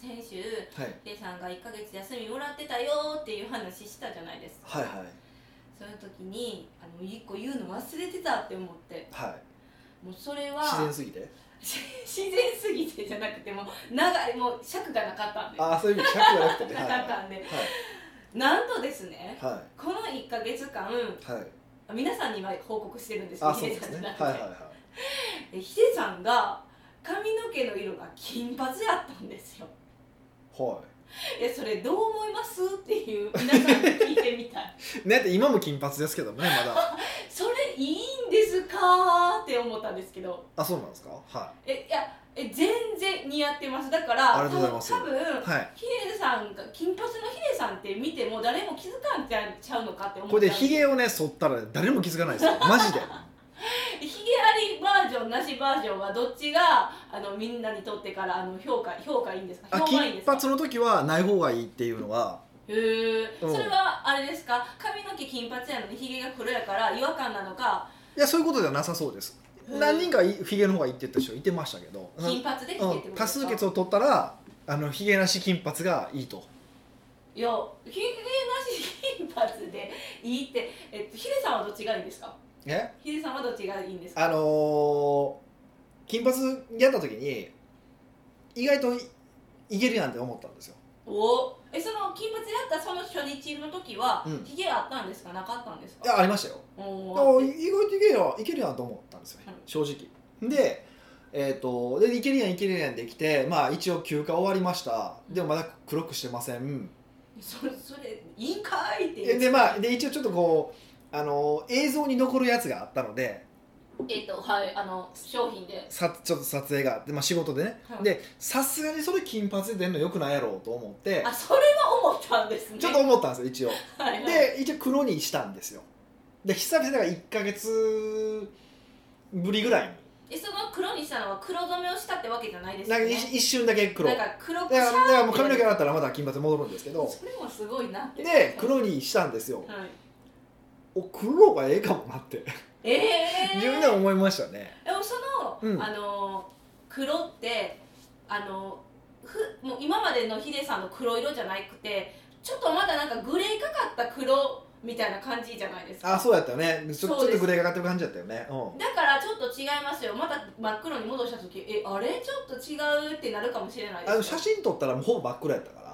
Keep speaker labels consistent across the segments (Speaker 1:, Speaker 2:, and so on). Speaker 1: 週
Speaker 2: はい
Speaker 1: レイさんが1ヶ月休みもらってたよっていう話したじゃないですか
Speaker 2: はいはい
Speaker 1: その時にあの1個言うの忘れてたって思って
Speaker 2: はい
Speaker 1: もうそれは
Speaker 2: 自然すぎて
Speaker 1: 自然すぎてじゃなくてもう長いもう尺がなかったんで
Speaker 2: ああそういう意味100じゃなくてねはい
Speaker 1: な
Speaker 2: は
Speaker 1: か
Speaker 2: い
Speaker 1: ったんでなんとですね
Speaker 2: はい
Speaker 1: この1ヶ月間
Speaker 2: はいはい
Speaker 1: 皆さんには報告してるんです
Speaker 2: あ
Speaker 1: よ
Speaker 2: そ
Speaker 1: ヒ
Speaker 2: う
Speaker 1: デ
Speaker 2: で
Speaker 1: さん
Speaker 2: す
Speaker 1: じゃ
Speaker 2: ね
Speaker 1: な
Speaker 2: はい
Speaker 1: くて
Speaker 2: はいはい
Speaker 1: でヒデさんが髪の毛の色が金髪やったんですよ
Speaker 2: はい
Speaker 1: やそれどう思いますっていう皆さんに聞いてみたい
Speaker 2: いねって今も金髪ですけどねまだ
Speaker 1: それいいんですかって思ったんですけど
Speaker 2: あそうなんですかは
Speaker 1: えいやえ全然似合ってますだから
Speaker 2: ありがとうございます
Speaker 1: 多分多分
Speaker 2: いはい
Speaker 1: ヒデさんが金髪のヒデさんって見ても誰も気づかんちゃうのかって思っちゃう
Speaker 2: これでヒゲをね剃ったら誰も気づかないですよマジで
Speaker 1: ヒゲありバージョンなしバージョンはどっちがあのみんなにとってからあの評価評価いいんですか
Speaker 2: あ
Speaker 1: 評判いいん
Speaker 2: 金
Speaker 1: ですか
Speaker 2: 髪の時はない方がいいっていうのは
Speaker 1: へー
Speaker 2: うん
Speaker 1: それはあれですか髪の毛金髪やのにヒゲが黒やから違和感なのか
Speaker 2: いやそういうことではなさそうです
Speaker 1: うん
Speaker 2: 何人かいヒゲの方がいいって言った人いてましたけど
Speaker 1: 金髪でヒゲってことです
Speaker 2: うん
Speaker 1: か
Speaker 2: 多数決を取ったらあのヒゲなし金髪がいいと
Speaker 1: いやヒゲなし金髪でいいって、えっと、ヒデさんはどっちがいいんですか
Speaker 2: え
Speaker 1: ヒデさんはどっちがいいんですか
Speaker 2: あのー金髪やった時に意外といいけるやんって思ったんですよ
Speaker 1: おーえその金髪やったその初日の時は、
Speaker 2: うん
Speaker 1: ヒゲあったんですかなかったんです
Speaker 2: い
Speaker 1: か
Speaker 2: やありましたよ
Speaker 1: お
Speaker 2: あ
Speaker 1: ー
Speaker 2: 意外といけるやんいけるやんと思ったんですよ、
Speaker 1: うん
Speaker 2: 正直でえっ、とでいけるやんいけるやんできてまあ一応休暇終わりましたでもまだ黒くしてません
Speaker 1: それそれいいんかいってい
Speaker 2: で
Speaker 1: う
Speaker 2: でまあで一応ちょっとこうあのー映像に残るやつがあったので
Speaker 1: えっとはいあの商品で
Speaker 2: さちょっと撮影があって、まあ、仕事でね、
Speaker 1: はい
Speaker 2: でさすがにそれ金髪で出るのよくないやろうと思って
Speaker 1: あそれは思ったんですね
Speaker 2: ちょっと思ったんですよ一応
Speaker 1: はいはい
Speaker 2: で一応黒にしたんですよで久々だから1か月ぶりぐらいに
Speaker 1: えその黒にしたのは黒染めをしたってわけじゃないです
Speaker 2: な
Speaker 1: よ
Speaker 2: んか
Speaker 1: ね
Speaker 2: 一一瞬だけ黒
Speaker 1: な
Speaker 2: だ
Speaker 1: ん
Speaker 2: か
Speaker 1: か黒く
Speaker 2: らだから
Speaker 1: シャー
Speaker 2: もう髪
Speaker 1: って
Speaker 2: の毛洗ったらまだ金髪戻るんですけど
Speaker 1: それもすごいなって
Speaker 2: で黒にしたんですよ
Speaker 1: はい
Speaker 2: お黒がええかもなって
Speaker 1: ええ
Speaker 2: 自分では思いましたね
Speaker 1: でもその、
Speaker 2: うん
Speaker 1: あの黒ってあのふもう今までのヒデさんの黒色じゃなくてちょっとまだなんかグレーかかった黒みたいな感じじゃないですか
Speaker 2: あそうやったよねちょち
Speaker 1: そう
Speaker 2: ょっ
Speaker 1: で
Speaker 2: と
Speaker 1: す
Speaker 2: グレーがかってる感じだったよねう
Speaker 1: だからちょっと違いますよまた真っ黒に戻した時えあれちょっと違うってなるかもしれない
Speaker 2: んあ
Speaker 1: で
Speaker 2: の
Speaker 1: す
Speaker 2: 写真撮ったらもうほぼ真っ黒やったから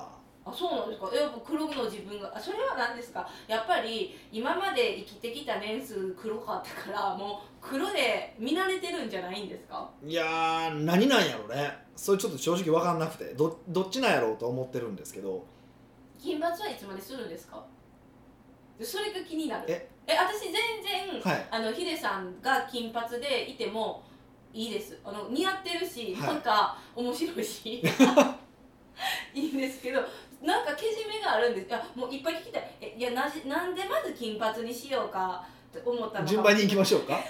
Speaker 1: あそうなんですかえやっぱ黒の自分があそれは何ですかやっぱり今まで生きてきた年数黒かったからもう黒で見慣れてるんじゃないんですか
Speaker 2: いやー何なんやろねそれちょっと正直分かんなくてどどっちなんやろうと思ってるんですけど
Speaker 1: 金髪はいつまでするんですかそれが気になる
Speaker 2: え
Speaker 1: 私全然、
Speaker 2: はい
Speaker 1: あのヒデさんが金髪でいてもいいですあの似合ってるし、
Speaker 2: はい
Speaker 1: なんか面白い しいいんですけどなんかけじめがあるんですいやもういっぱい聞きたいえいやなじなんでまず金髪にしようかと思ったのか
Speaker 2: 順番に行きましょうか、はい、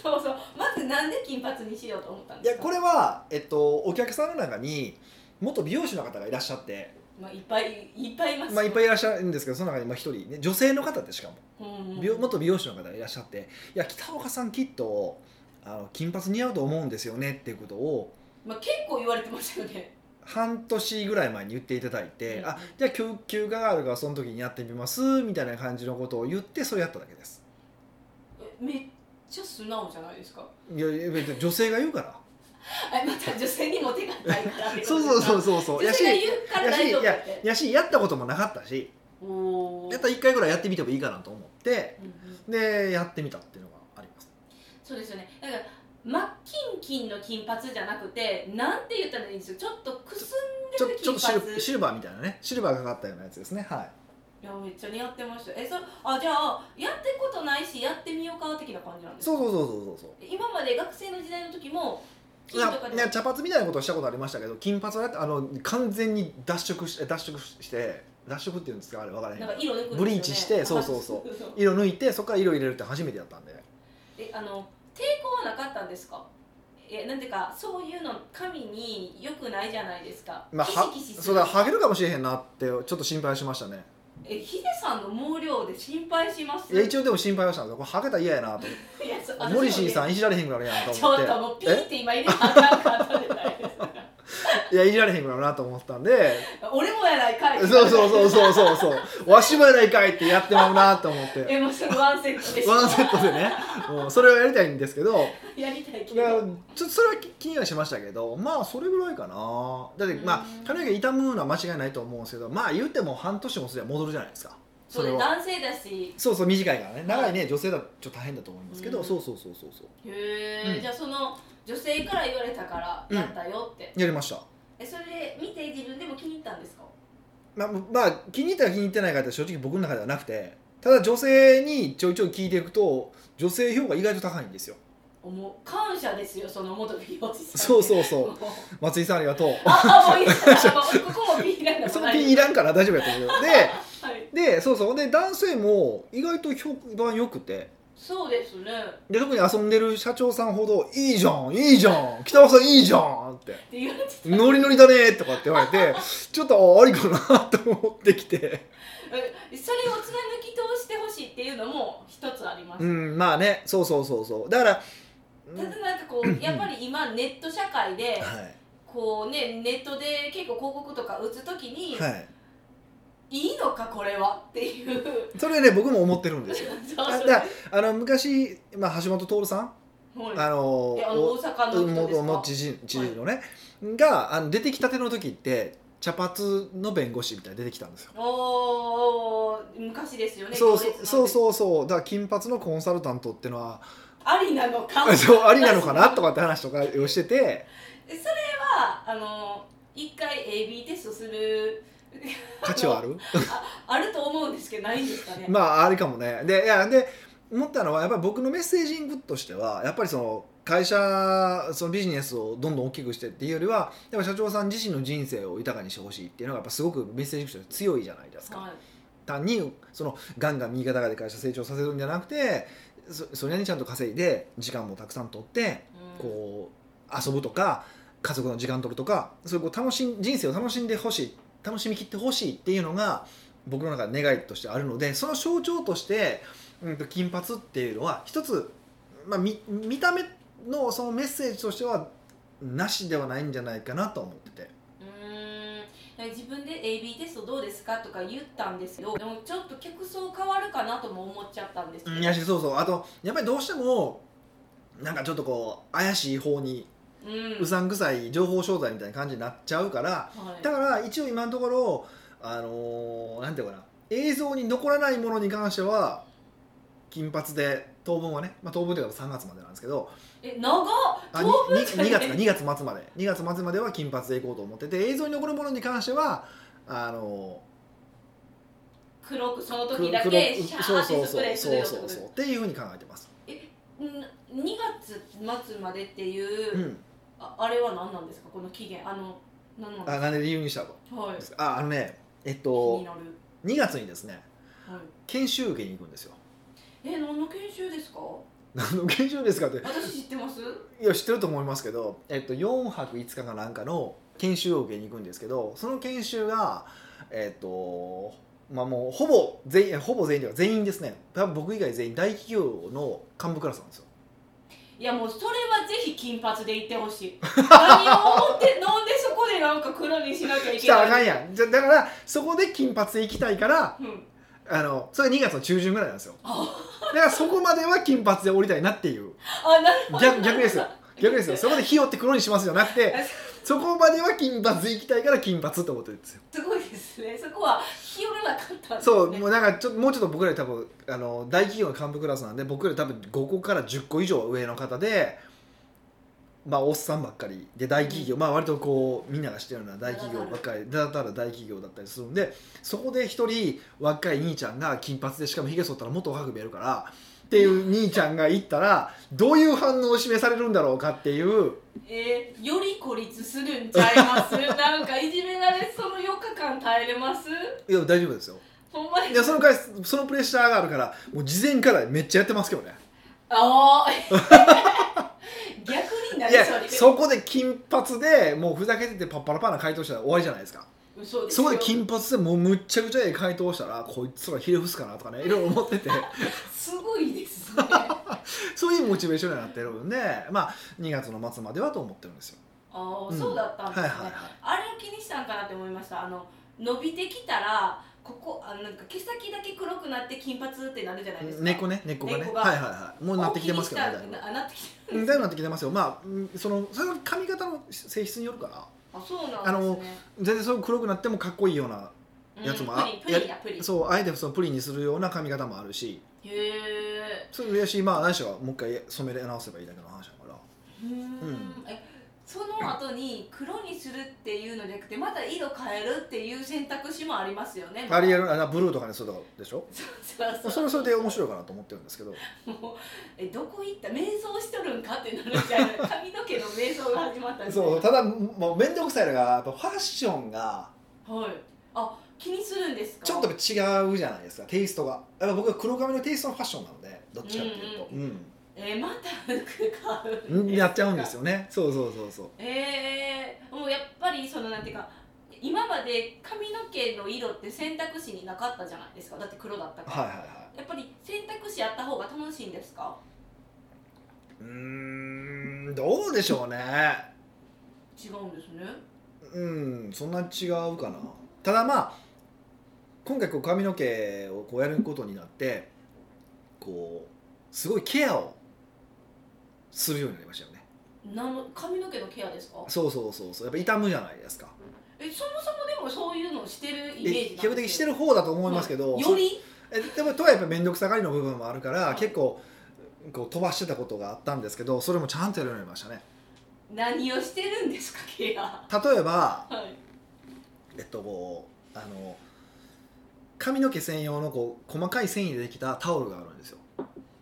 Speaker 1: そうそうまずなんで金髪にしようと思ったん
Speaker 2: い
Speaker 1: です
Speaker 2: や
Speaker 1: か
Speaker 2: これは、えっと、お客さんの中に元美容師の方がいらっしゃって、
Speaker 1: まあ、いっぱいいっぱいいます
Speaker 2: まあ、いっぱい
Speaker 1: い、
Speaker 2: いらっしゃるんですけどその中にまあ一人、ね、女性の方でしかも
Speaker 1: うんうん
Speaker 2: 美容元美容師の方がいらっしゃって「いや北岡さんきっとあの金髪似合うと思うんですよね」っていうことを
Speaker 1: まあ、結構言われてましたよね
Speaker 2: 半年ぐらい前に言っていただいて「
Speaker 1: うん
Speaker 2: あじゃあ休休暇があるからその時にやってみます」みたいな感じのことを言ってそれやっただけです。
Speaker 1: えめっちゃ素直じゃないですか
Speaker 2: いやいや別に女性が言うから
Speaker 1: えまた女性にも手がないからってこと
Speaker 2: そう
Speaker 1: ですか
Speaker 2: そうそうそうそう
Speaker 1: 女
Speaker 2: やし
Speaker 1: 性が言うから大丈夫
Speaker 2: や
Speaker 1: だって
Speaker 2: やしやったこともなかったし
Speaker 1: おー
Speaker 2: やったら1回ぐらいやってみてもいいかなと思って
Speaker 1: うんうん
Speaker 2: でやってみたっていうのがあります
Speaker 1: そうですよねだから真っ金金の金髪じゃなくてなんて言ったらいいんですかちょっとくす
Speaker 2: ち
Speaker 1: ん
Speaker 2: ょ
Speaker 1: でる
Speaker 2: ちょ
Speaker 1: 金
Speaker 2: っとシ
Speaker 1: 髪
Speaker 2: ルシルバーみたいなねシルバーがかかったようなやつですねはい
Speaker 1: いやめっちゃ似合ってましたえそあじゃあやってことないしやってみようか的な感じなんですか
Speaker 2: そうそうそうそうそう
Speaker 1: 今まで学生の時代の時も
Speaker 2: そう
Speaker 1: 金とか
Speaker 2: な
Speaker 1: で
Speaker 2: ね茶髪みたいなことをしたことありましたけど金髪はやってあの完全に脱色し脱色して脱色っていうんですかあれ分からへんけ
Speaker 1: なん
Speaker 2: ど
Speaker 1: か色抜くんですよね
Speaker 2: ブリーチしてそうそうそう 色抜いてそこから色入れるって初めてやったんで
Speaker 1: えあの抵抗はなかったんですかえなんていうかそういうの神に良くないじゃないですか、
Speaker 2: まあ
Speaker 1: キ
Speaker 2: は
Speaker 1: シキシす
Speaker 2: そう
Speaker 1: る
Speaker 2: だハゲるかもしれへんなってちょっと心配しましたね
Speaker 1: えヒデさんの毛量で心配します
Speaker 2: いや一応でも心配はしたんですよこれハゲたら嫌やなと思って
Speaker 1: いやそ私もね
Speaker 2: モリシーさんいじられへんからやんと
Speaker 1: ちょ
Speaker 2: 思っ
Speaker 1: ってともうピーって今入れなあかんかったじゃないですか
Speaker 2: いやいじられへんからなと思ったんで
Speaker 1: 俺もやないかい
Speaker 2: そうそう
Speaker 1: う
Speaker 2: そうそうそうそうわしもやないかいってやってまうなと思って
Speaker 1: えもうそれワンセットでしょ
Speaker 2: ワンセットでね、うん、それをやりたいんですけど
Speaker 1: やりたいけ
Speaker 2: いや
Speaker 1: ど
Speaker 2: ちょっとそれは気にはしましたけどまあそれぐらいかなだってま
Speaker 1: うん
Speaker 2: あ髪の毛傷むのは間違いないと思うんですけどまあ言っても半年もすれば戻るじゃないですか
Speaker 1: そう
Speaker 2: れ
Speaker 1: で
Speaker 2: は
Speaker 1: 男性だし
Speaker 2: そうそう短いからね長いね女性だとちょっと大変だと思いますけど、
Speaker 1: うん
Speaker 2: そうそうそうそうそう
Speaker 1: へえ、
Speaker 2: うん
Speaker 1: じゃあその女性から言われたからやったよって、
Speaker 2: やりました
Speaker 1: えそれ見て自分でも気に入ったんですか
Speaker 2: まあ、まあ、気に入ったら気に入ってないかって正直僕の中ではなくてただ女性にちょいちょい聞いていくと女性評価意外と高いんですよ
Speaker 1: もう感謝ですよその元美容師さん
Speaker 2: そうそうそう
Speaker 1: もう
Speaker 2: 松井さんありがとう
Speaker 1: ああもういいですかここも P なんだ
Speaker 2: そ
Speaker 1: も
Speaker 2: の
Speaker 1: な
Speaker 2: ピンいらんから大丈夫やと思うけどで
Speaker 1: はい、
Speaker 2: でそうそうで男性も意外と評判良くて
Speaker 1: そうですねっ
Speaker 2: で特に遊んでる社長さんほど「いいじゃんいいじゃん北川さんいいじゃん」って
Speaker 1: て言われて
Speaker 2: 「ノリノリだね」とかって言われてちょっとあありかなと思ってきて
Speaker 1: えそれを貫き通してほしいっていうのも一つあります、
Speaker 2: うんまあねそうそうそうそうだからうん
Speaker 1: ただなんかこうやっぱり今ネット社会で
Speaker 2: は
Speaker 1: こうねネットで結構広告とか打つとき
Speaker 2: い、
Speaker 1: に、
Speaker 2: はい、
Speaker 1: い、いのかこれはっていう
Speaker 2: それね僕も思ってるんですよ
Speaker 1: そう
Speaker 2: あ
Speaker 1: そ
Speaker 2: だ
Speaker 1: う
Speaker 2: からあの昔、まあ、橋本徹さん、
Speaker 1: はい
Speaker 2: あの
Speaker 1: えあの大阪の人ですか
Speaker 2: もも知事知事のね、があの出てきたての時って茶髪の弁護士みたいなの出てきたんですよ
Speaker 1: おー昔ですよね
Speaker 2: そう
Speaker 1: 行列なんて
Speaker 2: そうそうそうそうだから金髪のコンサルタントってのは
Speaker 1: ありなのか
Speaker 2: そうありなのかなとかって話とかをし てて
Speaker 1: それはあの一回 AB テストする
Speaker 2: 価値はある
Speaker 1: あると思うんですけどないんですかね、
Speaker 2: まああれかもねでいやで思ったのはやっぱり僕のメッセージングとしてはやっぱりその会社そのビジネスをどんどん大きくしてっていうよりはやっぱ社長さん自身の人生を豊かにしてほしいっていうのがやっぱすごくメッセージとして強いじゃないですか、
Speaker 1: はい
Speaker 2: 単にそのガンガン右肩上がりで会社成長させるんじゃなくてそそれなりにちゃんと稼いで時間もたくさん取って
Speaker 1: うん
Speaker 2: こう遊ぶとか家族の時間取るとかそういうこう楽しん人生を楽しんでほしい楽しみきってほしいっていうのが僕の中で願いとしてあるのでその象徴として、うんと、金髪っていうのは一つ、まあ、み見た目のそのメッセージとしてはなしではないんじゃないかなと思ってて。
Speaker 1: うーん自分で AB テストどうですかとか言ったんですけどでもちょっと客層変わるかなとも思っちゃったんですけど、
Speaker 2: いやしそうそうあとやっぱりどうしてもなんかちょっとこう怪しい方に
Speaker 1: うん
Speaker 2: うさんくさい情報商材みたいな感じになっちゃうから
Speaker 1: はい
Speaker 2: だから一応今のところあのーなんていうのかな映像に残らないものに関しては金髪で当分はね、まあ、当分というか3月までなんですけど
Speaker 1: え長っ
Speaker 2: あ
Speaker 1: 当
Speaker 2: に
Speaker 1: 分
Speaker 2: に
Speaker 1: じゃない
Speaker 2: 2月か2月末まで2月末までは金髪でいこうと思ってて映像に残るものに関してはあの
Speaker 1: 黒くその
Speaker 2: ー
Speaker 1: 時だ
Speaker 2: 黒
Speaker 1: けシャ
Speaker 2: そう
Speaker 1: ーって
Speaker 2: そう
Speaker 1: ス
Speaker 2: そ
Speaker 1: プ
Speaker 2: う
Speaker 1: レーする
Speaker 2: そ
Speaker 1: よ
Speaker 2: う
Speaker 1: ってこと
Speaker 2: そうそうっていうふうに考えてます、
Speaker 1: ん2月末までっていう、
Speaker 2: うん、
Speaker 1: ああれは何なんですかこの期限あの何なんで
Speaker 2: あなんで理由にしたと
Speaker 1: すかはい
Speaker 2: ですああのねえっ
Speaker 1: 気に
Speaker 2: と
Speaker 1: なる、
Speaker 2: 2月にですね
Speaker 1: はい、
Speaker 2: 研修受けに行くんですよ
Speaker 1: え何の研修ですか
Speaker 2: 何の研修ですかって
Speaker 1: 私知ってます
Speaker 2: いや知ってると思いますけど、えっと、4泊5日かなんかの研修を受けに行くんですけどその研修がえっとまあもうほぼ全員ほぼ全員というか全員ですね多分僕以外全員大企業の幹部クラスなんですよ
Speaker 1: いやもうそれはぜひ金髪で行ってほしい何を思 ってなんでそこでなんか黒にしなきゃい
Speaker 2: し
Speaker 1: け
Speaker 2: たらあか
Speaker 1: ない
Speaker 2: んやんじゃだからそこで金髪で行きたいから
Speaker 1: うん
Speaker 2: あのそれ2月の中旬ぐらいなんですよ
Speaker 1: あ
Speaker 2: だからそこまでは金髪で降りたいなっていう
Speaker 1: あなる
Speaker 2: 逆逆ですよ逆ですよそこで火をって黒にしますじゃなくてそこまでは金髪行きたいから金髪って思ってるんですよ
Speaker 1: すごいですねそこは日和なかったんですね
Speaker 2: そうもうなんかちょもうちょっと僕らより多分あの大企業の幹部クラスなんで僕らより多分5個から10個以上上の方でまあおっさんばっかりで大企業、まあ割とこうみんなが知ってるような大企業ばっかりだったら大企業だったりするんでそこで一人若い兄ちゃんが金髪でしかもひげ剃ったらもっと若く見えるからっていう兄ちゃんが行ったらどういう反応を示されるんだろうかっていう
Speaker 1: えー、より孤立するんちゃいます なんかいじめられその4日間耐えれます
Speaker 2: いや大丈夫ですよ
Speaker 1: ほんまに
Speaker 2: いやその回そのプレッシャーがあるからもう事前からめっちゃやってますけどね
Speaker 1: あ ー逆にないり
Speaker 2: や
Speaker 1: そうで
Speaker 2: そこで金髪でもうふざけててパッパラパーな回答したら終わりじゃないですか
Speaker 1: 嘘です
Speaker 2: そ
Speaker 1: よ
Speaker 2: こで金髪でもうむっちゃくちゃええ回答したらこいつらひれ伏すかなとかねいろいろ思ってて
Speaker 1: すごいですね
Speaker 2: そういうモチベーションになってるんでまあ2月の末まではと思ってるんですよ
Speaker 1: ああ
Speaker 2: ん
Speaker 1: そうだったんです
Speaker 2: は
Speaker 1: ね、
Speaker 2: いはいはい
Speaker 1: あれを気にしたんかなって思いましたあの伸びてきたらここあなんか毛先だけ黒くなって金髪ってなるじゃないですか
Speaker 2: 猫ね猫がね
Speaker 1: 猫が
Speaker 2: はいはいはいもうなってきてますけどね
Speaker 1: ね
Speaker 2: だいぶ
Speaker 1: ななってきて
Speaker 2: う
Speaker 1: る
Speaker 2: んだいぶなってきてますよまあうんそのそれは髪型の性質によるかな
Speaker 1: あそう
Speaker 2: あ
Speaker 1: なん
Speaker 2: の
Speaker 1: ですね
Speaker 2: 全然そう黒くなってもかっこいいような
Speaker 1: うん
Speaker 2: やつも
Speaker 1: プ
Speaker 2: あ
Speaker 1: リンプリンやプリン
Speaker 2: そうあえてそのプリンにするような髪型もあるし
Speaker 1: へえ
Speaker 2: それやしまあ何しろもう一回染め直せばいいだけの話だから
Speaker 1: うーんえその後に黒にするっていうのじゃなくてまた色変えるっていう選択肢もありますよね
Speaker 2: ありえ
Speaker 1: る
Speaker 2: るあなブルーとかにするとかでしょ
Speaker 1: そうそうそ
Speaker 2: そ
Speaker 1: う
Speaker 2: れはそれで面白いかなと思ってるんですけど
Speaker 1: もうえどこ行った瞑想しとるんかってなるみたいな髪の毛の瞑想が始まったんですね
Speaker 2: そうただもう面倒くさいのがやっぱファッションが
Speaker 1: はいあ気にするんですか
Speaker 2: ちょっと違うじゃないですかテイストがやっぱ僕は黒髪のテイストのファッションなのでどっちかっていうと、
Speaker 1: えまた服買
Speaker 2: う
Speaker 1: うんん
Speaker 2: やっちゃうんです
Speaker 1: よ
Speaker 2: よねそうそうそうそう
Speaker 1: えー、もうやっぱりそのなんていうか今まで髪の毛の色って選択肢になかったじゃないですかだって黒だったから、
Speaker 2: はいはいはい
Speaker 1: やっぱり選択肢あった方が楽しいんですか
Speaker 2: うーんどうでしょうね
Speaker 1: 違うんですね
Speaker 2: うんそんな違うかなただまあ今回こう髪の毛をこうやることになってこうすごいケアをするようになりましたよね
Speaker 1: なの髪の毛のケアですか
Speaker 2: そうそうそうそうやっぱ痛むじゃないですか
Speaker 1: えそもそもでもそういうのをしてるイメージ
Speaker 2: で比較的して
Speaker 1: る
Speaker 2: る方だと思いますけど、
Speaker 1: より
Speaker 2: えでもとはやっぱ面倒くさがりの部分もあるから
Speaker 1: はい
Speaker 2: 結構こう飛ばしてたことがあったんですけどそれもちゃんとやるようになりましたね
Speaker 1: 何をしてるんですかケア
Speaker 2: 例えば
Speaker 1: はい
Speaker 2: えっとこうあの髪の毛専用のこう細かい繊維でできたタオルがあるんですよ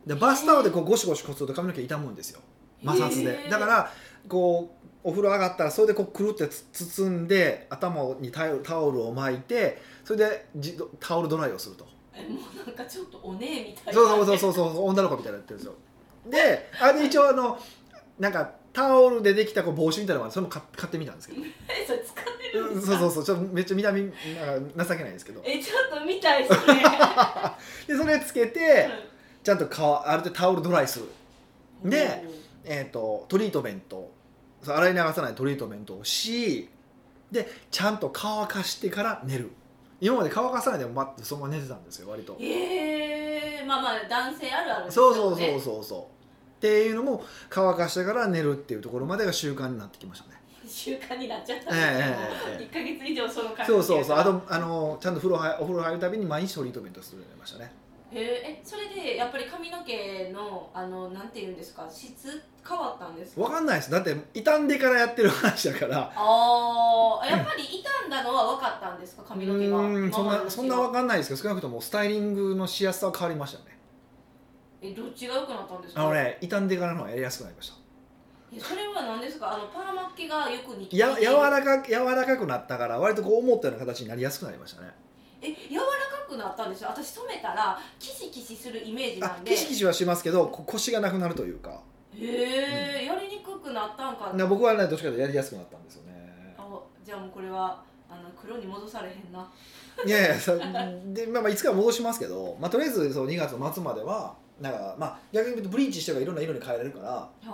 Speaker 2: でバスタオルでこうゴシゴシこすると髪の毛傷むんですよ摩擦で、
Speaker 1: へー
Speaker 2: だからこうお風呂上がったらそれでこうくるってつ包んで頭にタオルタオルを巻いてそれでじタオルドライをすると
Speaker 1: えもうなんかちょっとお姉みたいな
Speaker 2: そうそうそうそうそう女の子みたいになってるんですよであれで一応あのなんかタオルでできたこう帽子みたいなのがあるそれも買買ってみたんですけど
Speaker 1: え それ使ってるん
Speaker 2: う
Speaker 1: で
Speaker 2: ん
Speaker 1: す
Speaker 2: そ
Speaker 1: か
Speaker 2: うそうそうちょっとめっちゃ見た目なんか情けないですけど
Speaker 1: えちょっと見たい ですね
Speaker 2: でそれつけてちゃんと顔ある程度タオルドライする、でえー、とトリートメントそう洗い流さないトリートメントをしでちゃんと乾かしてから寝る今まで乾かさないでも待ってそのまま寝てたんですよ割と、
Speaker 1: ええまあまあ男性あるあるです
Speaker 2: そうそ
Speaker 1: よ
Speaker 2: う
Speaker 1: ね
Speaker 2: そうそうそうっていうのも乾かしてから寝るっていうところまでが習慣になってきましたね
Speaker 1: 習慣になっちゃったん
Speaker 2: ええええええ
Speaker 1: ですけど、1か月以上その感じ
Speaker 2: そうそうそうあとあのちゃんと風呂入お風呂入るたびに毎日トリートメントするようになりましたね
Speaker 1: へええそれでやっぱり髪の毛のあのなんていうんですか質変わったんですか
Speaker 2: わかんないですだって傷んでからやってる話だから
Speaker 1: ああやっぱり傷んだのは分かったんですか髪の毛が
Speaker 2: うーんそ
Speaker 1: 今
Speaker 2: ん
Speaker 1: まで
Speaker 2: な
Speaker 1: の
Speaker 2: そんなわかんないですけど少なくともスタイリングのしやすさは変わりましたね
Speaker 1: えどっちが良くなったんです
Speaker 2: あ
Speaker 1: か
Speaker 2: のね傷んでからの方がやりやすくなりました
Speaker 1: えそれは何ですかあのパーマっ気がよく似て
Speaker 2: や柔らか柔らかくなったから割とこう思ったような形になりやすくなりましたね
Speaker 1: え柔らかくなったんですよ私染めたらキシキシするイメージな
Speaker 2: あ
Speaker 1: んで
Speaker 2: キシキシはしますけどこ腰がなくなるというか
Speaker 1: へえ、やりにくくなったんか
Speaker 2: な僕はねどっちかというとやりやすくなったんですよね
Speaker 1: あじゃあもうこれはあの黒に戻されへんない
Speaker 2: やいやそで、まあ、まあいつかは戻しますけど、まあ、とりあえずその2月の末まではなんか、まあ、逆に言うとブリーチしてからいろんな色に変えれるから
Speaker 1: はい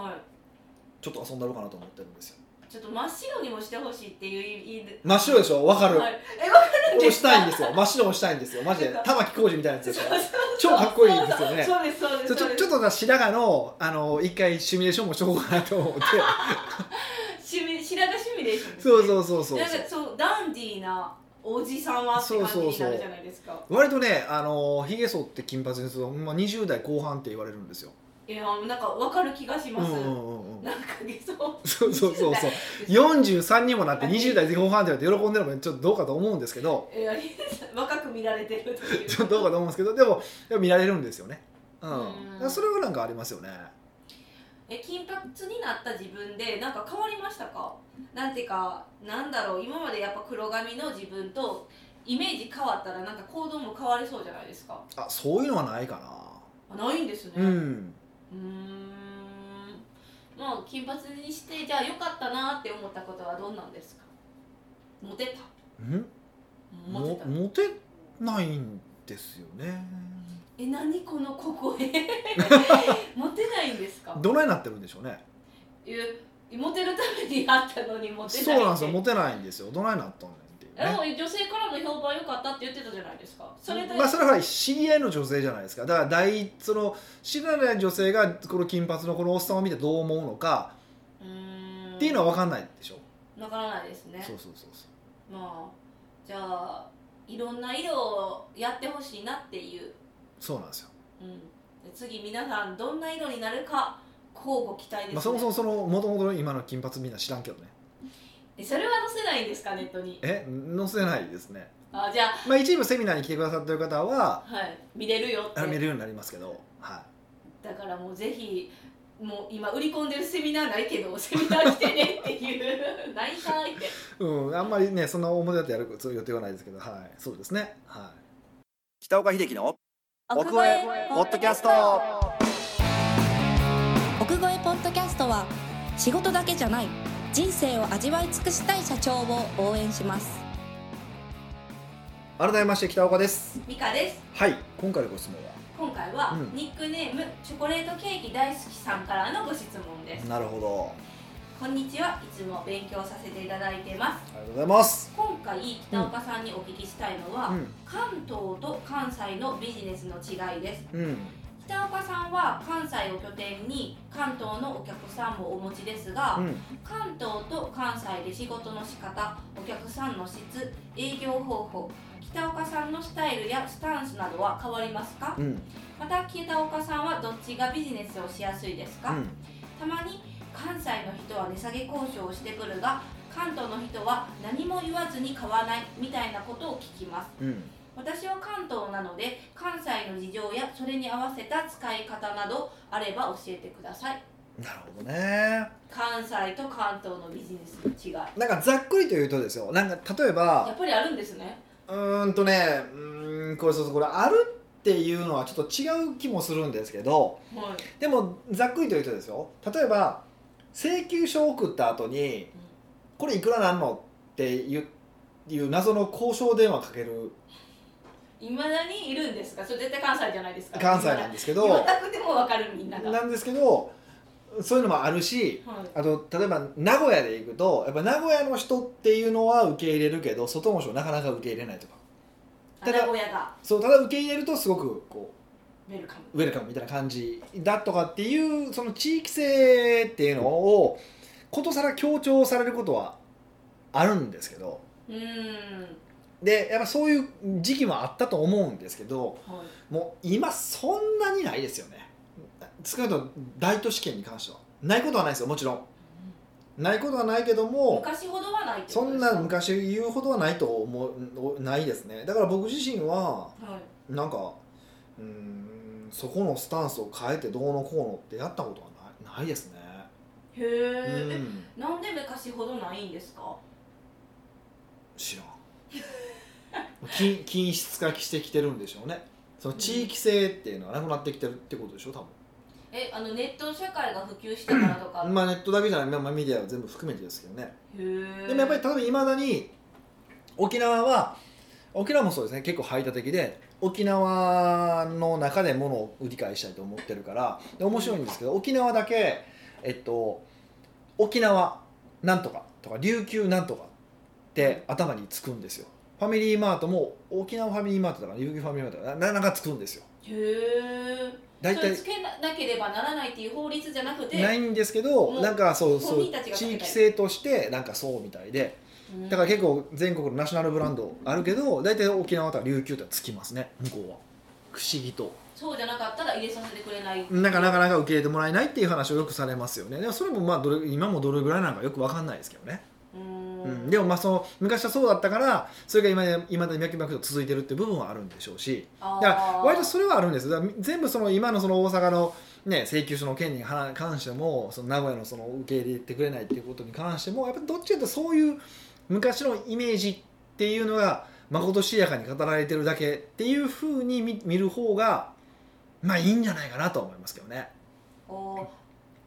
Speaker 2: ちょっと遊んだろうかなと思ってるんですよ
Speaker 1: ちょっと真っ白にもしてほしいっていう意味で
Speaker 2: 真っ白でしょわかる、
Speaker 1: はい、えわかるん
Speaker 2: 押
Speaker 1: で
Speaker 2: し
Speaker 1: す
Speaker 2: たいんですよ真っ白押したいんですよマジで玉置浩二みたいなやつ
Speaker 1: そう
Speaker 2: です
Speaker 1: そう
Speaker 2: よ超かっこいいですよね
Speaker 1: そうですそうで
Speaker 2: ちょ
Speaker 1: すそうです
Speaker 2: ちょっとさ白髪のあの一回シミュレーションもしようかな と思って
Speaker 1: 趣味白髪シミュレーションですね
Speaker 2: そうそうそうそう
Speaker 1: なんかそうダンディーなおじさんはって感じになるじゃないですか
Speaker 2: 割とねあのひげ剃って金髪にすると、ほんまあ、20代後半って言われるんですよ、
Speaker 1: いやなんかわかる気がし
Speaker 2: うん
Speaker 1: ま
Speaker 2: う
Speaker 1: す、
Speaker 2: んうんうん
Speaker 1: なんかげそう
Speaker 2: そうそうそ うそう
Speaker 1: 四
Speaker 2: 43にもなって20代後半って言われて喜んでるのもちょっとどうかと思うんですけど
Speaker 1: いや若く見られてると いう
Speaker 2: ちょっとどうかと思うんですけどでもでも見られるんですよねうん、
Speaker 1: うん
Speaker 2: それはなんかありますよね
Speaker 1: え金髪になった自分でなんか変わりましたかなんていうかなんだろう今までやっぱ黒髪の自分とイメージ変わったらなんか行動も変わりそうじゃないですか
Speaker 2: あそういうのはないかな
Speaker 1: あないんですね
Speaker 2: うん
Speaker 1: うーんまあ金髪にしてじゃあ良かったなって思ったことはどんなんですかモテた
Speaker 2: うん
Speaker 1: モ
Speaker 2: も
Speaker 1: テた
Speaker 2: モテないんですよね
Speaker 1: え何こ のここへモテないんですか
Speaker 2: どないなってるんでしょうね
Speaker 1: いうモテるためにあったのにモテないって
Speaker 2: そうなんですよモテないんですよどないなったんねんっていう
Speaker 1: で
Speaker 2: ね
Speaker 1: も女性からの評判良かったって言ってたじゃないですかそれで、
Speaker 2: まあ、それは知り合いの女性じゃないですかだから第一その知らない女性がこの金髪のこのおっさんを見てどう思うのか
Speaker 1: うーん
Speaker 2: っていうのは分かんないでしょ、
Speaker 1: わからないですね
Speaker 2: そうそうそうそう
Speaker 1: まあじゃあいろんな色をやってほしいなっていう、
Speaker 2: そうなんですよ、
Speaker 1: うん、で次皆さんどんな色になるか交互期待です、ね
Speaker 2: まあ、そもそもそのもともと今の金髪みんな知らんけどね
Speaker 1: えそれは載せないんですかネットに
Speaker 2: え載せないで すね
Speaker 1: あじゃ
Speaker 2: まあ一部セミナーに来てくださってる方は
Speaker 1: あ、はい、見れるよって
Speaker 2: あの見れるようになりますけどはい
Speaker 1: だからもうぜひもう今売り込んでるセミナーないけどセミナー来てねっていう ないかーいって
Speaker 2: うん、あんまりね、そんな表立ってやるそういう予定はないですけど、はい、そうですね。はい。北岡秀樹の奥越えポッドキャスト
Speaker 3: 奥越えポッドキャストは仕事だけじゃない人生を味わい尽くしたい社長を応援します
Speaker 2: 改めまして北岡です。
Speaker 1: ミカです
Speaker 2: はい、今回のご質問
Speaker 1: 今回は、
Speaker 2: うん
Speaker 1: ニックネームチョコレートケーキ大好きさんからのご質問です
Speaker 2: は。なるほど。
Speaker 1: こんにちはいつも勉強させていただいてます
Speaker 2: ありがとうございます。
Speaker 1: 今回北岡さんにお聞きしたいのは、
Speaker 2: うん、
Speaker 1: 関東と関西のビジネスの違いです
Speaker 2: うん、
Speaker 1: 北岡さんは関西を拠点に関東のお客さんもお持ちですが、
Speaker 2: うん、
Speaker 1: 関東と関西で仕事の仕方お客さんの質営業方法北岡さんのスタイルやスタンスなどは変わりますか、
Speaker 2: うん、
Speaker 1: また北岡さんはどっちがビジネスをしやすいですか、たまに関西の人は値下げ交渉をしてくるが関東の人は何も言わずに買わないみたいなことを聞きます
Speaker 2: うん、うん、
Speaker 1: 私は関東なので関西の事情やそれに合わせた使い方などあれば教えてください
Speaker 2: なるほどね。
Speaker 1: 関西と関東のビジネスの違いや
Speaker 2: なんかざっくりというとですよ、なんか例えば
Speaker 1: っ、ぱりあるんですね
Speaker 2: うーんとね、うーん、これそうそうこれあるっていうのはちょっと違う気もするんですけど、
Speaker 1: はい
Speaker 2: でもざっくりと言うとですよ例えば請求書を送った後に「これいくらなんの?」っていういう謎の交渉電話かける
Speaker 1: いまだにいるんですかそれ絶対関西じゃないですか
Speaker 2: 関西なんですけ
Speaker 1: 言わ
Speaker 2: ど
Speaker 1: なくてもわかるみんなが
Speaker 2: なんですけどそういうのもあるし
Speaker 1: はい
Speaker 2: あと例えば名古屋で行くとやっぱ名古屋の人っていうのは受け入れるけど外の人はなかなか受け入れないとか
Speaker 1: 名古屋が
Speaker 2: そうただ受け入れるとすごくこ
Speaker 1: ウェルカム
Speaker 2: うウェルカムみたいな感じだとかっていうその地域性っていうのをことさら強調されることはあるんですけど
Speaker 1: うーん
Speaker 2: でやっぱそういう時期もあったと思うんですけど
Speaker 1: はい
Speaker 2: もう今そんなにないですよね少なくとも大都市圏に関してはないことはないですよもちろんないことはないけども
Speaker 1: 昔ほどはないってこ
Speaker 2: そ
Speaker 1: とで
Speaker 2: ん
Speaker 1: すか
Speaker 2: な昔言うほどはないと思うないですねだから僕自身は
Speaker 1: はい
Speaker 2: なんかうーんそこのスタンスを変えてどうのこうのってやったことはないないですね、
Speaker 1: へー
Speaker 2: う
Speaker 1: え
Speaker 2: ん
Speaker 1: なんで昔ほどないんですか
Speaker 2: 知らん均均質化してきてるんでしょうねその地域性っていうのはなくなってきてるってことでしょ多
Speaker 1: えあのネット社会が普及してからとか
Speaker 2: 分まあネットだけじゃない、まあ、メディアは全部含めてですけどね
Speaker 1: へー
Speaker 2: でもやっぱり例えばいまだに沖縄は沖縄もそうですね結構排他的で沖縄の中で物を売り買いしたいと思ってるからで面白いんですけど沖縄だけえっと沖縄なんとかとか琉球なんとかって頭につくんですよファミリーマートも沖縄ファミリーマートだから琉球ファミリーマートだからななんかつくんですよ
Speaker 1: へえ
Speaker 2: 大体
Speaker 1: つけなければならないっていう法律じゃなくて
Speaker 2: ないんですけど
Speaker 1: もう
Speaker 2: なんかそう
Speaker 1: 本
Speaker 2: そう
Speaker 1: 人たちが食べ
Speaker 2: 地
Speaker 1: たい
Speaker 2: 域性としてなんかそうみたいで
Speaker 1: うん
Speaker 2: だから結構全国のナショナルブランドあるけど大体沖縄とか琉球とかつきますね向こうは不思議と
Speaker 1: そうじゃなかったら入れさせてくれない
Speaker 2: なんかなかなか受け入れてもらえないっていう話をよくされますよねでもそれもまあどれ今もどれぐらいなのかよく分かんないですけどね、
Speaker 1: うー
Speaker 2: うんん、でもまあその昔はそうだったからそれが今や今まで脈々と続いてるって部分はあるんでしょうし
Speaker 1: あー
Speaker 2: だから割とそれはあるんですよだから全部その今のその大阪の、ね、請求書の件には関してもその名古屋のその受け入れてくれないっていうことに関してもやっぱりどっちかというとそういう昔のイメージっていうのがまことしやかに語られてるだけっていうふうに見見る方がまあいいんじゃないかなとは思いますけどね
Speaker 1: おー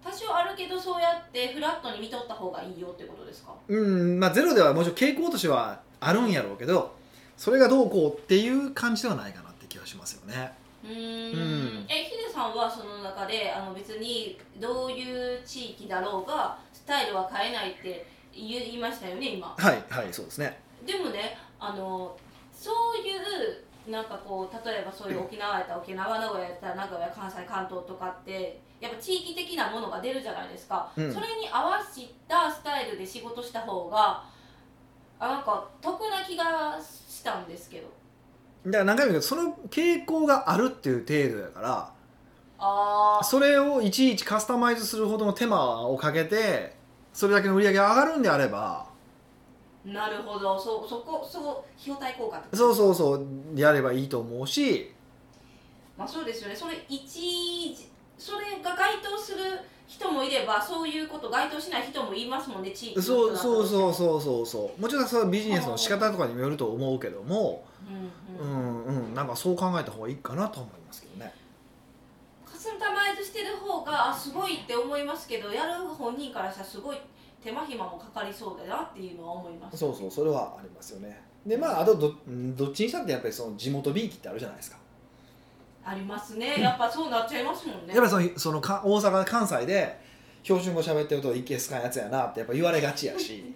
Speaker 1: 多少あるけどそうやってフラットに見とった方がいいよってことですか
Speaker 2: うんまあゼロではもちろん傾向としてはあるんやろうけどそれがどうこうっていう感じではないかなって気がしますよね
Speaker 1: うーん
Speaker 2: うん
Speaker 1: えヒデさんはその中であの別にどういう地域だろうがスタイルは変えないって言い言いましたよね今
Speaker 2: はいはいそうですね
Speaker 1: でもねあのそういうなんかこう例えばそういう沖縄やったら沖縄名古屋やったら名古屋関西関東とかってやっぱ地域的なものが出るじゃないですか、
Speaker 2: うん
Speaker 1: それに合わせたスタイルで仕事した方があなんか得な気がしたんですけど
Speaker 2: だから何回も言うけどその傾向があるっていう程度やから
Speaker 1: ああ
Speaker 2: それをいちいちカスタマイズするほどの手間をかけてそれだけの売り上げが上がるんであれば
Speaker 1: なるほどそそこそう費用対効果ってこと
Speaker 2: そうそうそうやればいいと思うし
Speaker 1: まあそうですよねそれ一それが該当する人もいればそういうこと該当しない人もいますもんね地域の人
Speaker 2: そう
Speaker 1: だと
Speaker 2: そうそうそうそうそうもちろんそれはビジネスの仕方とかにもよると思うけども
Speaker 1: うん
Speaker 2: う
Speaker 1: うん
Speaker 2: んうんなんかそう考えた方がいいかなと思いますけどね
Speaker 1: カスタマイズしてる方があすごいって思いますけどやる本人からしたらすごい手間暇もかかりそうだなっていうのは思います
Speaker 2: そうそうそれはありますよねでまああとどうんどっちにしたってやっぱりその地元びいきってあるじゃないですか
Speaker 1: ありますねやっぱそうなっちゃいますもんね
Speaker 2: やっぱりそのそのか大阪関西で標準語喋ってるといけすかんやつやなってやっぱ言われがちやし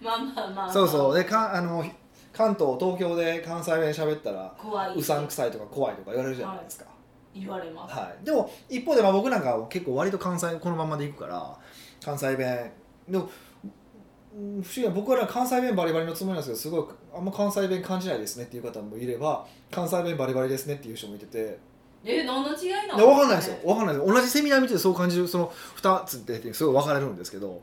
Speaker 1: まあまあまあ、まあ、
Speaker 2: そうそうでかあの関東東京で関西弁喋ったら
Speaker 1: 怖いう
Speaker 2: さんくさいとか怖いとか言われるじゃないですか、
Speaker 1: 言われます
Speaker 2: はい、でも一方でまあ僕なんかは結構割と関西このままでいくから関西弁でもうん不思議な僕ら関西弁バリバリのつもりなんですけどすごいあんま関西弁感じないですねっていう方もいれば関西弁バリバリですねっていう人もいててで
Speaker 1: え何の違いなの
Speaker 2: 分かんないですよ分かんないです同じセミナー見てそう感じるその2つってすごい分かれるんですけど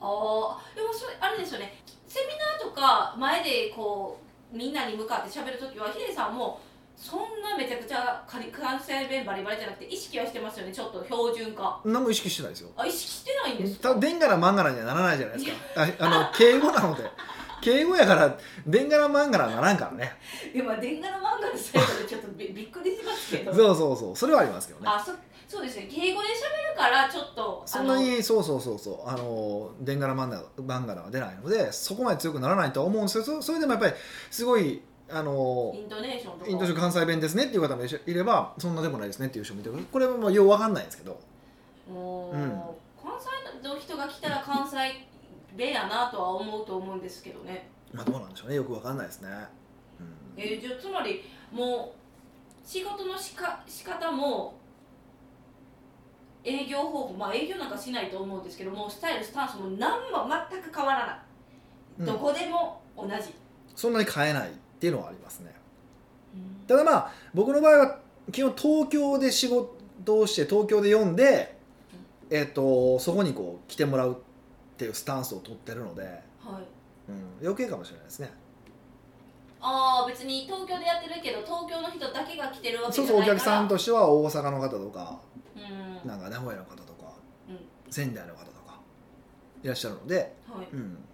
Speaker 1: ああでもそれあれですよねセミナーとか前でこうみんなに向かって喋るときはヒデさんもそんなめちゃくちゃかり関西弁バリバリじゃなくて意識はしてますよねちょっと標準化
Speaker 2: 何も意識してないですよ
Speaker 1: あ意識してないんです
Speaker 2: た
Speaker 1: か
Speaker 2: でんがらまんがらにはならないじゃないですかああの敬語な ので敬語やからでんがらまんがらはならんからね
Speaker 1: いやまあ電話の漫画の最後でちょっとびびっくりしますけ
Speaker 2: そ
Speaker 1: ど
Speaker 2: うそうそうそれはありますけどね
Speaker 1: あそそうですね敬語で喋るからちょっと
Speaker 2: そんな
Speaker 1: あの
Speaker 2: にそうそうそうそうあのでんがらマンガマンガラは出ないのでそこまで強くならないとは思うんですけどそそれでもやっぱりすごいあの
Speaker 1: イントネーションとか
Speaker 2: インド州関西弁ですねっていう方もいしいればそんなでもないですねっていう人もいてこれはもうようわかんないんですけど
Speaker 1: もう
Speaker 2: うん
Speaker 1: 関西の人が来たら関西弁やなとは思うと思うんですけどね
Speaker 2: まあどうなんでしょうねよくわかんないですね、うん
Speaker 1: えー、じゃあつまりもう仕事のしか仕方も営業方法まあ営業なんかしないと思うんですけどもスタイルスタンスも何も全く変わらない、
Speaker 2: うん
Speaker 1: どこでも同じ、
Speaker 2: そんなに変えないっていうのはありますねただまあ僕の場合は基本東京で仕事をして東京で読んで、えっとそこにこう来てもらうっていうスタンスを取ってるので、
Speaker 1: はい、
Speaker 2: うん、余計かもしれないですね
Speaker 1: ああ別に東京でやってるけど東京の人だけが来てるわけじ
Speaker 2: そ
Speaker 1: ゃない
Speaker 2: うそ
Speaker 1: う
Speaker 2: お
Speaker 1: から
Speaker 2: 客さんとしては大阪の方とか
Speaker 1: うん
Speaker 2: なんか名古屋の方とか、
Speaker 1: うん
Speaker 2: 仙台の方とかいらっしゃるので、
Speaker 1: はい、
Speaker 2: うん、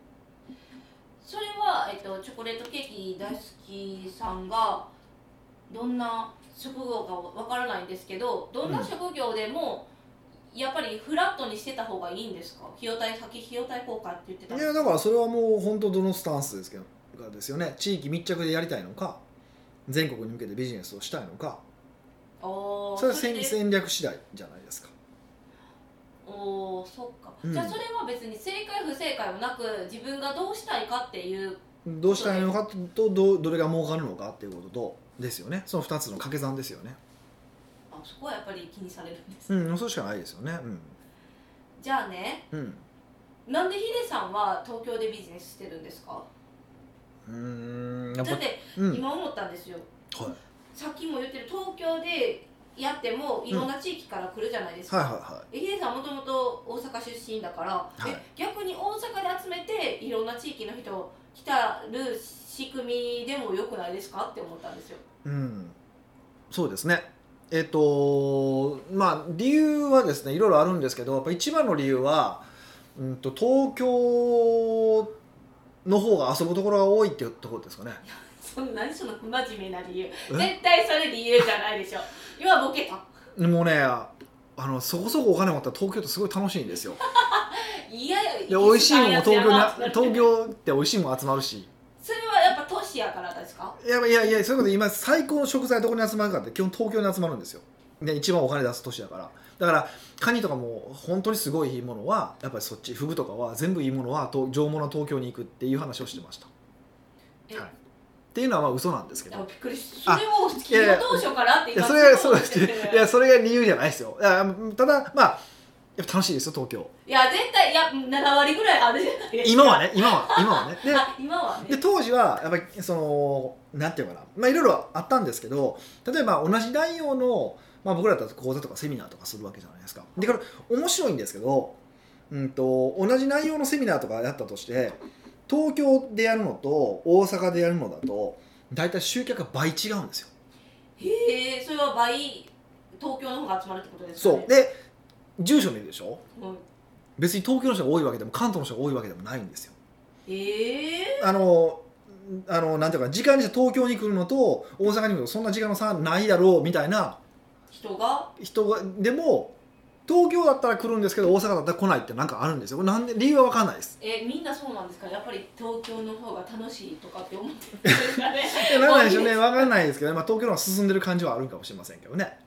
Speaker 1: それは、えっと、チョコレートケーキ大好きさんがどんな職業かわからないんですけどどんな職業でも、やっぱりフラットにしてた方がいいんですか費用対先費用対効果って言ってたん
Speaker 2: い
Speaker 1: です
Speaker 2: やだからそれはもう本当どのスタンスですけどがですよね地域密着でやりたいのか全国に向けてビジネスをしたいのか
Speaker 1: あー
Speaker 2: それは
Speaker 1: それ
Speaker 2: 戦
Speaker 1: で
Speaker 2: 戦略次第じゃないですか
Speaker 1: おーそっか、
Speaker 2: うん
Speaker 1: じゃあそれは別に正解不正解もなく自分がどうしたいかっていう
Speaker 2: どうしたいのかとどうどれが儲かるのかっていうこととですよねその2つの掛け算ですよね
Speaker 1: あそこはやっぱり気にされるんです、
Speaker 2: うんそれしかないですよね
Speaker 1: じゃあね
Speaker 2: うんうん
Speaker 1: なんでヒデさんは東京でビジネスしてるんですか
Speaker 2: うーんや
Speaker 1: だ
Speaker 2: っぱ
Speaker 1: って
Speaker 2: うんはい
Speaker 1: 今思ったんですよ、さっきも言ってる東京でやってもいろんな地域から来るじゃないですか、
Speaker 2: はいはい
Speaker 1: えヒデさんもともと大阪出身だから、
Speaker 2: い
Speaker 1: え逆に大阪で集めていろんな地域の人来たる仕組みでもよくないですかって思ったんですよ
Speaker 2: うん、そうですね。えっとまあ理由はですねいろいろあるんですけどやっぱ一番の理由は、うん、と東京の方が遊ぶところが多いっていうところですかね。
Speaker 1: そんなにその不真面目な理由
Speaker 2: え
Speaker 1: 絶対それ理由じゃないでしょ要はボケた
Speaker 2: もうねあのそこそこお金持ったら東京ってすごい楽しいんですよ。
Speaker 1: いやい
Speaker 2: で美味しいもんも東京に
Speaker 1: な
Speaker 2: あ東京って美味しいもん集まるし。
Speaker 1: それはやっぱ都市やからですか
Speaker 2: いやいやいやそういうこと今最高の食材どこに集まるかって基本東京に集まるんですよ。ね、一番お金出す年だからだからカニとかも本当にすごいいいものはやっぱりそっちフグとかは全部いいものはと上物は東京に行くっていう話をしてました、
Speaker 1: え
Speaker 2: はい、っていうのはまあ嘘なんですけ
Speaker 1: あ
Speaker 2: ど
Speaker 1: びっくりした
Speaker 2: あ
Speaker 1: それを
Speaker 2: いや
Speaker 1: 聞
Speaker 2: いや
Speaker 1: い当初からって
Speaker 2: いや
Speaker 1: 今
Speaker 2: それ
Speaker 1: 聞
Speaker 2: がそ
Speaker 1: こう
Speaker 2: れが
Speaker 1: としてて
Speaker 2: いやそれが理由じゃないですよいやただまあやっぱ楽しいですよ東京
Speaker 1: いや絶対いや7割ぐらいあるじゃないですか
Speaker 2: 今はね今は今はねで
Speaker 1: あ今はね
Speaker 2: で当時はやっぱりそのなんていうのかなまあいろいろあったんですけど例えば同じ内容の、まあ、僕らだと講座とかセミナーとかするわけじゃないですかでこれ面白いんですけど、うん、と同じ内容のセミナーとかやったとして東京でやるのと大阪でやるのだと大体集客が倍違うんですよ
Speaker 1: へえそれは倍東京の方が集まるってことですか
Speaker 2: そう
Speaker 1: ね
Speaker 2: で住所見るでしょ
Speaker 1: そう
Speaker 2: 別に東京の人が多いわけでも関東の人が多いわけでもないんですよ
Speaker 1: へえ
Speaker 2: あのあのなんていうか時間にして東京に来るのと大阪に来るのとそんな時間の差ないだろうみたいな
Speaker 1: 人が
Speaker 2: 人がでも東京だったら来るんですけど大阪だったら来ないってなんかあるんですよなんで理由は分かんないです
Speaker 1: えみんなそうなんですかやっぱり東京の方が楽しいとかって思ってるんですかね
Speaker 2: いやなんないでしょうね分かんないですけど、まあ、東京の方が進んでる感じはあるかもしれませんけどね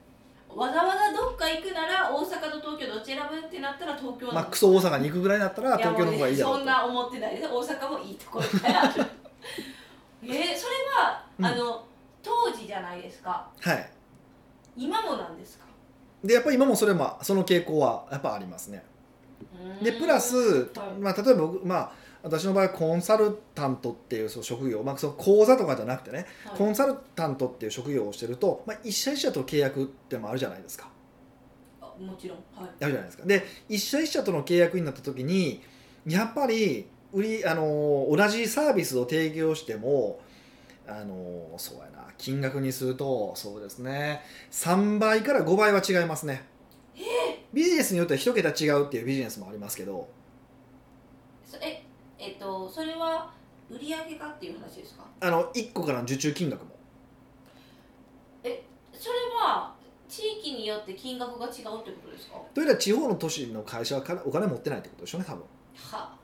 Speaker 1: わざわざどっか行くなら大阪と東京どっち選ぶってなったら東京
Speaker 2: まあクソ大阪に行くぐらいだったら東京の方がいいだろ
Speaker 1: やもうねそ
Speaker 2: う
Speaker 1: ん
Speaker 2: と
Speaker 1: な思ってないです大阪もいいところからえー、 それは、
Speaker 2: うん
Speaker 1: あの当時じゃないですか
Speaker 2: はい
Speaker 1: 今もなんですか
Speaker 2: でやっぱり今もそれもその傾向はやっぱありますねでプラ
Speaker 1: う
Speaker 2: ス、
Speaker 1: はい
Speaker 2: まあ、例えば僕、まあ、私の場合はコンサルタントっていうその職業、まあ、その講座とかじゃなくてね
Speaker 1: ーんはい
Speaker 2: コンサルタントっていう職業をしてると、まあ、一社一社との契約ってのもあるじゃないですか
Speaker 1: あもちろんはい
Speaker 2: あるじゃないですかで一社一社との契約になった時にやっぱり売り、あのー同じサービスを提供しても、あのーそうやな金額にするとそうですね3倍から5倍は違いますねビジネスによっては1桁違うっていうビジネスもありますけど
Speaker 1: そええっとそれは売り上げかっていう話ですか
Speaker 2: あの1個からの受注金額も
Speaker 1: それは地域によって金額が違うってことですか
Speaker 2: というのは地方の都市の会社はからお金持ってないってことでしょうね多分
Speaker 1: は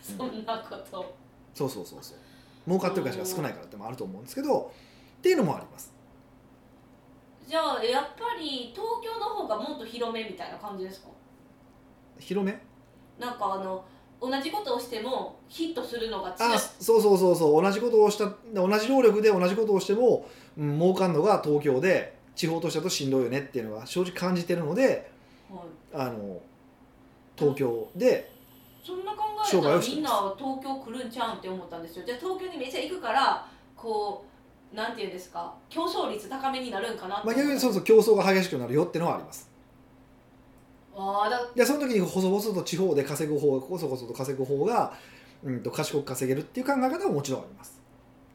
Speaker 1: そんなこと
Speaker 2: そうそうそうそう儲かってる会社が少ないからってもあると思うんですけどっていうのもあります
Speaker 1: じゃあやっぱり東京の方がもっと広めみたいな感じですか
Speaker 2: 広め
Speaker 1: なんかあの同じことをしてもヒットするのが違う
Speaker 2: あそうそうそうそう同じことをした同じ労力で同じことをしても、うん、儲かんのが東京で地方都市だとしんどいよねっていうのが正直感じてるので
Speaker 1: はい
Speaker 2: あの東京で
Speaker 1: そんな考え
Speaker 2: 商
Speaker 1: た
Speaker 2: 売
Speaker 1: ら
Speaker 2: をしてます
Speaker 1: みんな東京来るんちゃうんって思ったんですよじゃあ東京にめっちゃ行くからこうなんていうんですか競争率高めになるんかなって
Speaker 2: ま
Speaker 1: 思
Speaker 2: あ
Speaker 1: った
Speaker 2: 逆にそうそう競争が激しくなるよっていうのはあります
Speaker 1: あーだ
Speaker 2: でその時に細々と地方で稼ぐ方細々と稼ぐ方が、うん、と賢く稼げるっていう考え方ももちろんあります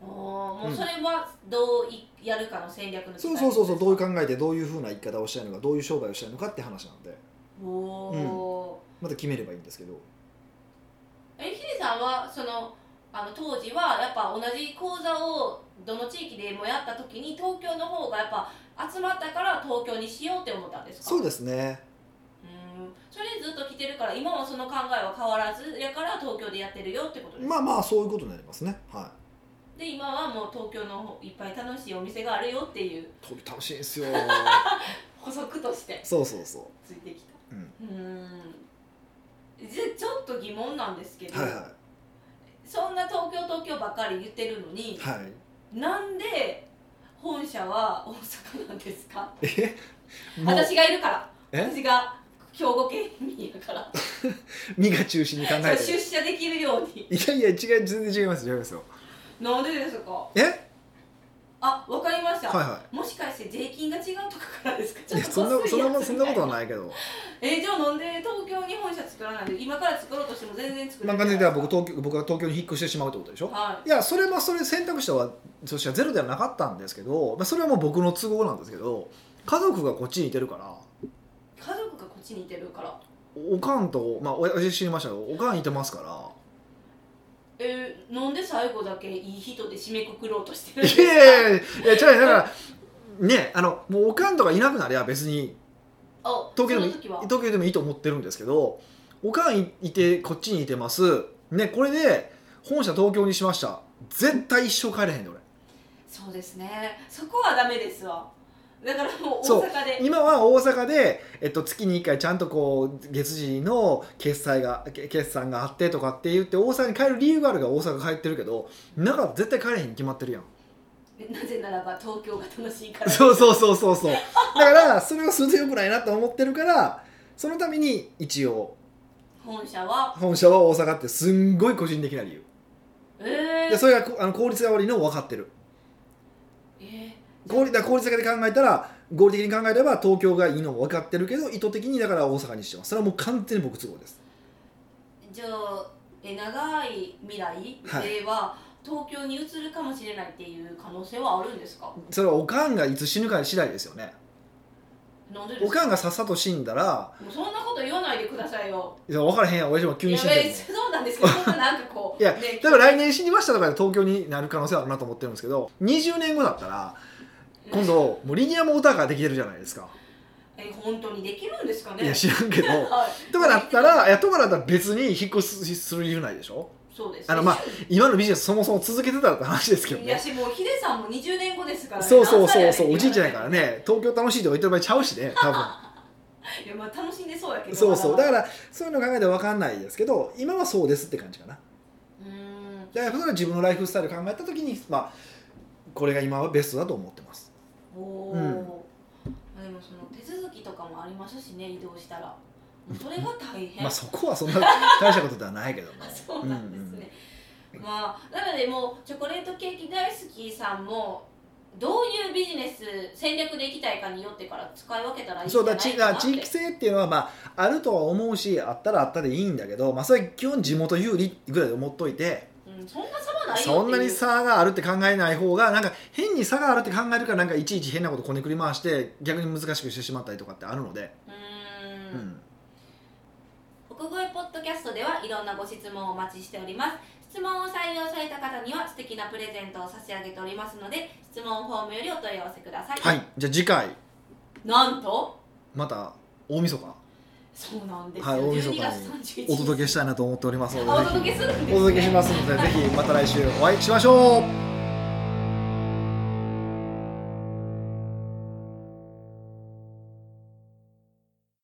Speaker 1: あーもうそれはどういやるかの戦略の
Speaker 2: そうそうそうそうどういう
Speaker 1: か
Speaker 2: 考えでどういうふうな生き方をしたいのかどういう商売をしたいのかって話なんで
Speaker 1: おお
Speaker 2: また決めればいいんですけど
Speaker 1: ー、えヒデさんはそのあの当時はやっぱ同じ講座をどの地域でもやった時に東京の方がやっぱ集まったから東京にしようって思ったんですか
Speaker 2: そう
Speaker 1: す
Speaker 2: ですね
Speaker 1: うんそれでずっと来てるから今もその考えは変わらずやから東京でやってるよってことですか
Speaker 2: まあまあそういうことになりますねはい
Speaker 1: で今はもう東京のいっぱい楽しいお店があるよっていう
Speaker 2: 鳥楽しいんですよ
Speaker 1: 補足として
Speaker 2: そうそうそ
Speaker 1: ついてきた
Speaker 2: う、うん、
Speaker 1: うーんじゃちょっと疑問なんですけど、
Speaker 2: はいは
Speaker 1: そんな東京東京ばっかり言ってるのに
Speaker 2: いはい
Speaker 1: なんで本社は大阪なんですか
Speaker 2: えもう
Speaker 1: 私がいるから
Speaker 2: え
Speaker 1: 私が兵庫県民やから
Speaker 2: 身が中心に考え
Speaker 1: そう出
Speaker 2: て
Speaker 1: 社できるように
Speaker 2: いやいや違う全然違います違いますよ
Speaker 1: なんでですか
Speaker 2: え
Speaker 1: あわかりました、
Speaker 2: はいは
Speaker 1: もしかして税金が違うとかからですか
Speaker 2: いいやそんなそんなもんそんなことは
Speaker 1: ない
Speaker 2: ないけど
Speaker 1: えじゃあなんで東京に本社作らないで今から作ろうとしても全然作れ
Speaker 2: ま
Speaker 1: な
Speaker 2: あ
Speaker 1: い
Speaker 2: 完全にでは僕東京僕は東京に引っ越してしまうってことでしょ
Speaker 1: はい
Speaker 2: やそれはそれ選択肢はそしてはゼロではなかったんですけど、まあ、それはもう僕の都合なんですけど家族がこっちにいてるから
Speaker 1: い家族がこっちにいてるから
Speaker 2: おかんと、まあ、私知りましたけどおかんいてますから
Speaker 1: えー、なんで最後だけいい人で締めくくろうと してるんです
Speaker 2: い
Speaker 1: か
Speaker 2: やいやいやいや違うだからねあのもうおかんとかいなくなりゃ別に
Speaker 1: あ
Speaker 2: 東京でもい
Speaker 1: その時は
Speaker 2: 東京でもいいと思ってるんですけどおかんいいてこっちにいてますねこれで本社東京にしました絶対一生帰れへんで俺
Speaker 1: そうですねそこはダメですわだからもう
Speaker 2: そう
Speaker 1: 大阪で
Speaker 2: 今は大阪で、えっと、月に1回ちゃんとこう月次の決済がけ決算があってとかって言って大阪に帰る理由があるから大阪帰ってるけど中は絶対帰れへんに決まってるやん
Speaker 1: なぜならば東京が楽しいから
Speaker 2: そうそうそうそうそうだからそれはするとよくないなと思ってるからそのために一応
Speaker 1: 本社は
Speaker 2: 本社は大阪ってすんごい個人的な理由
Speaker 1: え
Speaker 2: で
Speaker 1: ー、
Speaker 2: それがこあの効率が悪いのを分かってる
Speaker 1: えー
Speaker 2: 効率だから効率だけで考えたら合理的に考えれば東京がいいのも分かってるけど意図的にだから大阪にしてますそれはもう完全に僕都合です
Speaker 1: じゃあえ長い未来では、東京に移るかもしれないっていう可能性はあるんですか
Speaker 2: それはおかんがいつ死ぬか次第ですよね
Speaker 1: なんでで
Speaker 2: お
Speaker 1: すか
Speaker 2: かんがさっさと死んだら
Speaker 1: もうそんなこと言わないでくださいよ
Speaker 2: いや分からへんやん親父も急
Speaker 1: い
Speaker 2: に
Speaker 1: や
Speaker 2: 死んだ
Speaker 1: べえそうなんですけどそんななんかこう
Speaker 2: いや
Speaker 1: ね
Speaker 2: だから来年死にましたとかで東京になる可能性はあるなと思ってるんですけど20年後だったら今度もうリニアモーターカーできてるじゃないですか
Speaker 1: え本当にできるんですかね
Speaker 2: いや知らんけど
Speaker 1: はい
Speaker 2: とかだったらいやとかだったら別に引っ越すする理由ないでしょ
Speaker 1: そうです、
Speaker 2: あのまあ今のビジネスそもそも続けてたらって話ですけど
Speaker 1: いや
Speaker 2: ね
Speaker 1: しもうヒデさんも20年後ですから、ね、
Speaker 2: そうそうそう
Speaker 1: 何
Speaker 2: そ
Speaker 1: 歳やね
Speaker 2: うおじいちゃんや
Speaker 1: って
Speaker 2: か
Speaker 1: 言
Speaker 2: ら
Speaker 1: わ
Speaker 2: ね東京楽しいとか言ってる場合ちゃうしね多分
Speaker 1: れていやまあ楽しんでそうやけど
Speaker 2: そうそう
Speaker 1: ま
Speaker 2: だからそういうの考えて分かんないですけど今はそうですって感じかな
Speaker 1: うーん
Speaker 2: だからそれは自分のライフスタイル考えた時にまあこれが今はベストだと思ってます
Speaker 1: おお、
Speaker 2: うん
Speaker 1: まあでもその手続きとかもありますしね移動したらもうそれが大変
Speaker 2: まあそこはそんな大したことではないけども
Speaker 1: そうなんですね、まあなのでもうチョコレートケーキ大好きさんもどういうビジネス戦略でいきたいかによってから使い分けたらいいんじ
Speaker 2: そ
Speaker 1: ゃ
Speaker 2: う
Speaker 1: な
Speaker 2: だ
Speaker 1: い
Speaker 2: 地
Speaker 1: かな
Speaker 2: あ
Speaker 1: って
Speaker 2: 地域性っていうのは、まあ、あるとは思うしあったらあったでいいんだけど、まあ、それは基本地元有利ぐらいで思っといて
Speaker 1: うん、そんな差はないよっていう
Speaker 2: そんなに差があるって考えない方がなんか変に差があるって考えるからなんかいちいち変なことこねくり回して逆に難しくしてしまったりとかってあるので、
Speaker 1: う
Speaker 2: う
Speaker 1: ーん
Speaker 2: ん、
Speaker 1: 奥越ポッドキャストではいろんなご質問をお待ちしております質問を採用された方には素敵なプレゼントを差し上げておりますので質問フォームよりお問い合わせください、
Speaker 2: はいじゃあ次回
Speaker 1: なんと
Speaker 2: また大晦日
Speaker 1: そうなんですよ、
Speaker 2: はい大晦日に
Speaker 1: 12月31日
Speaker 2: お届けしたいなと思っておりますので
Speaker 1: あお
Speaker 2: ぜひ
Speaker 1: 届けするんです、ね、
Speaker 2: お届けしますので、ぜひまた来週お会いしましょう。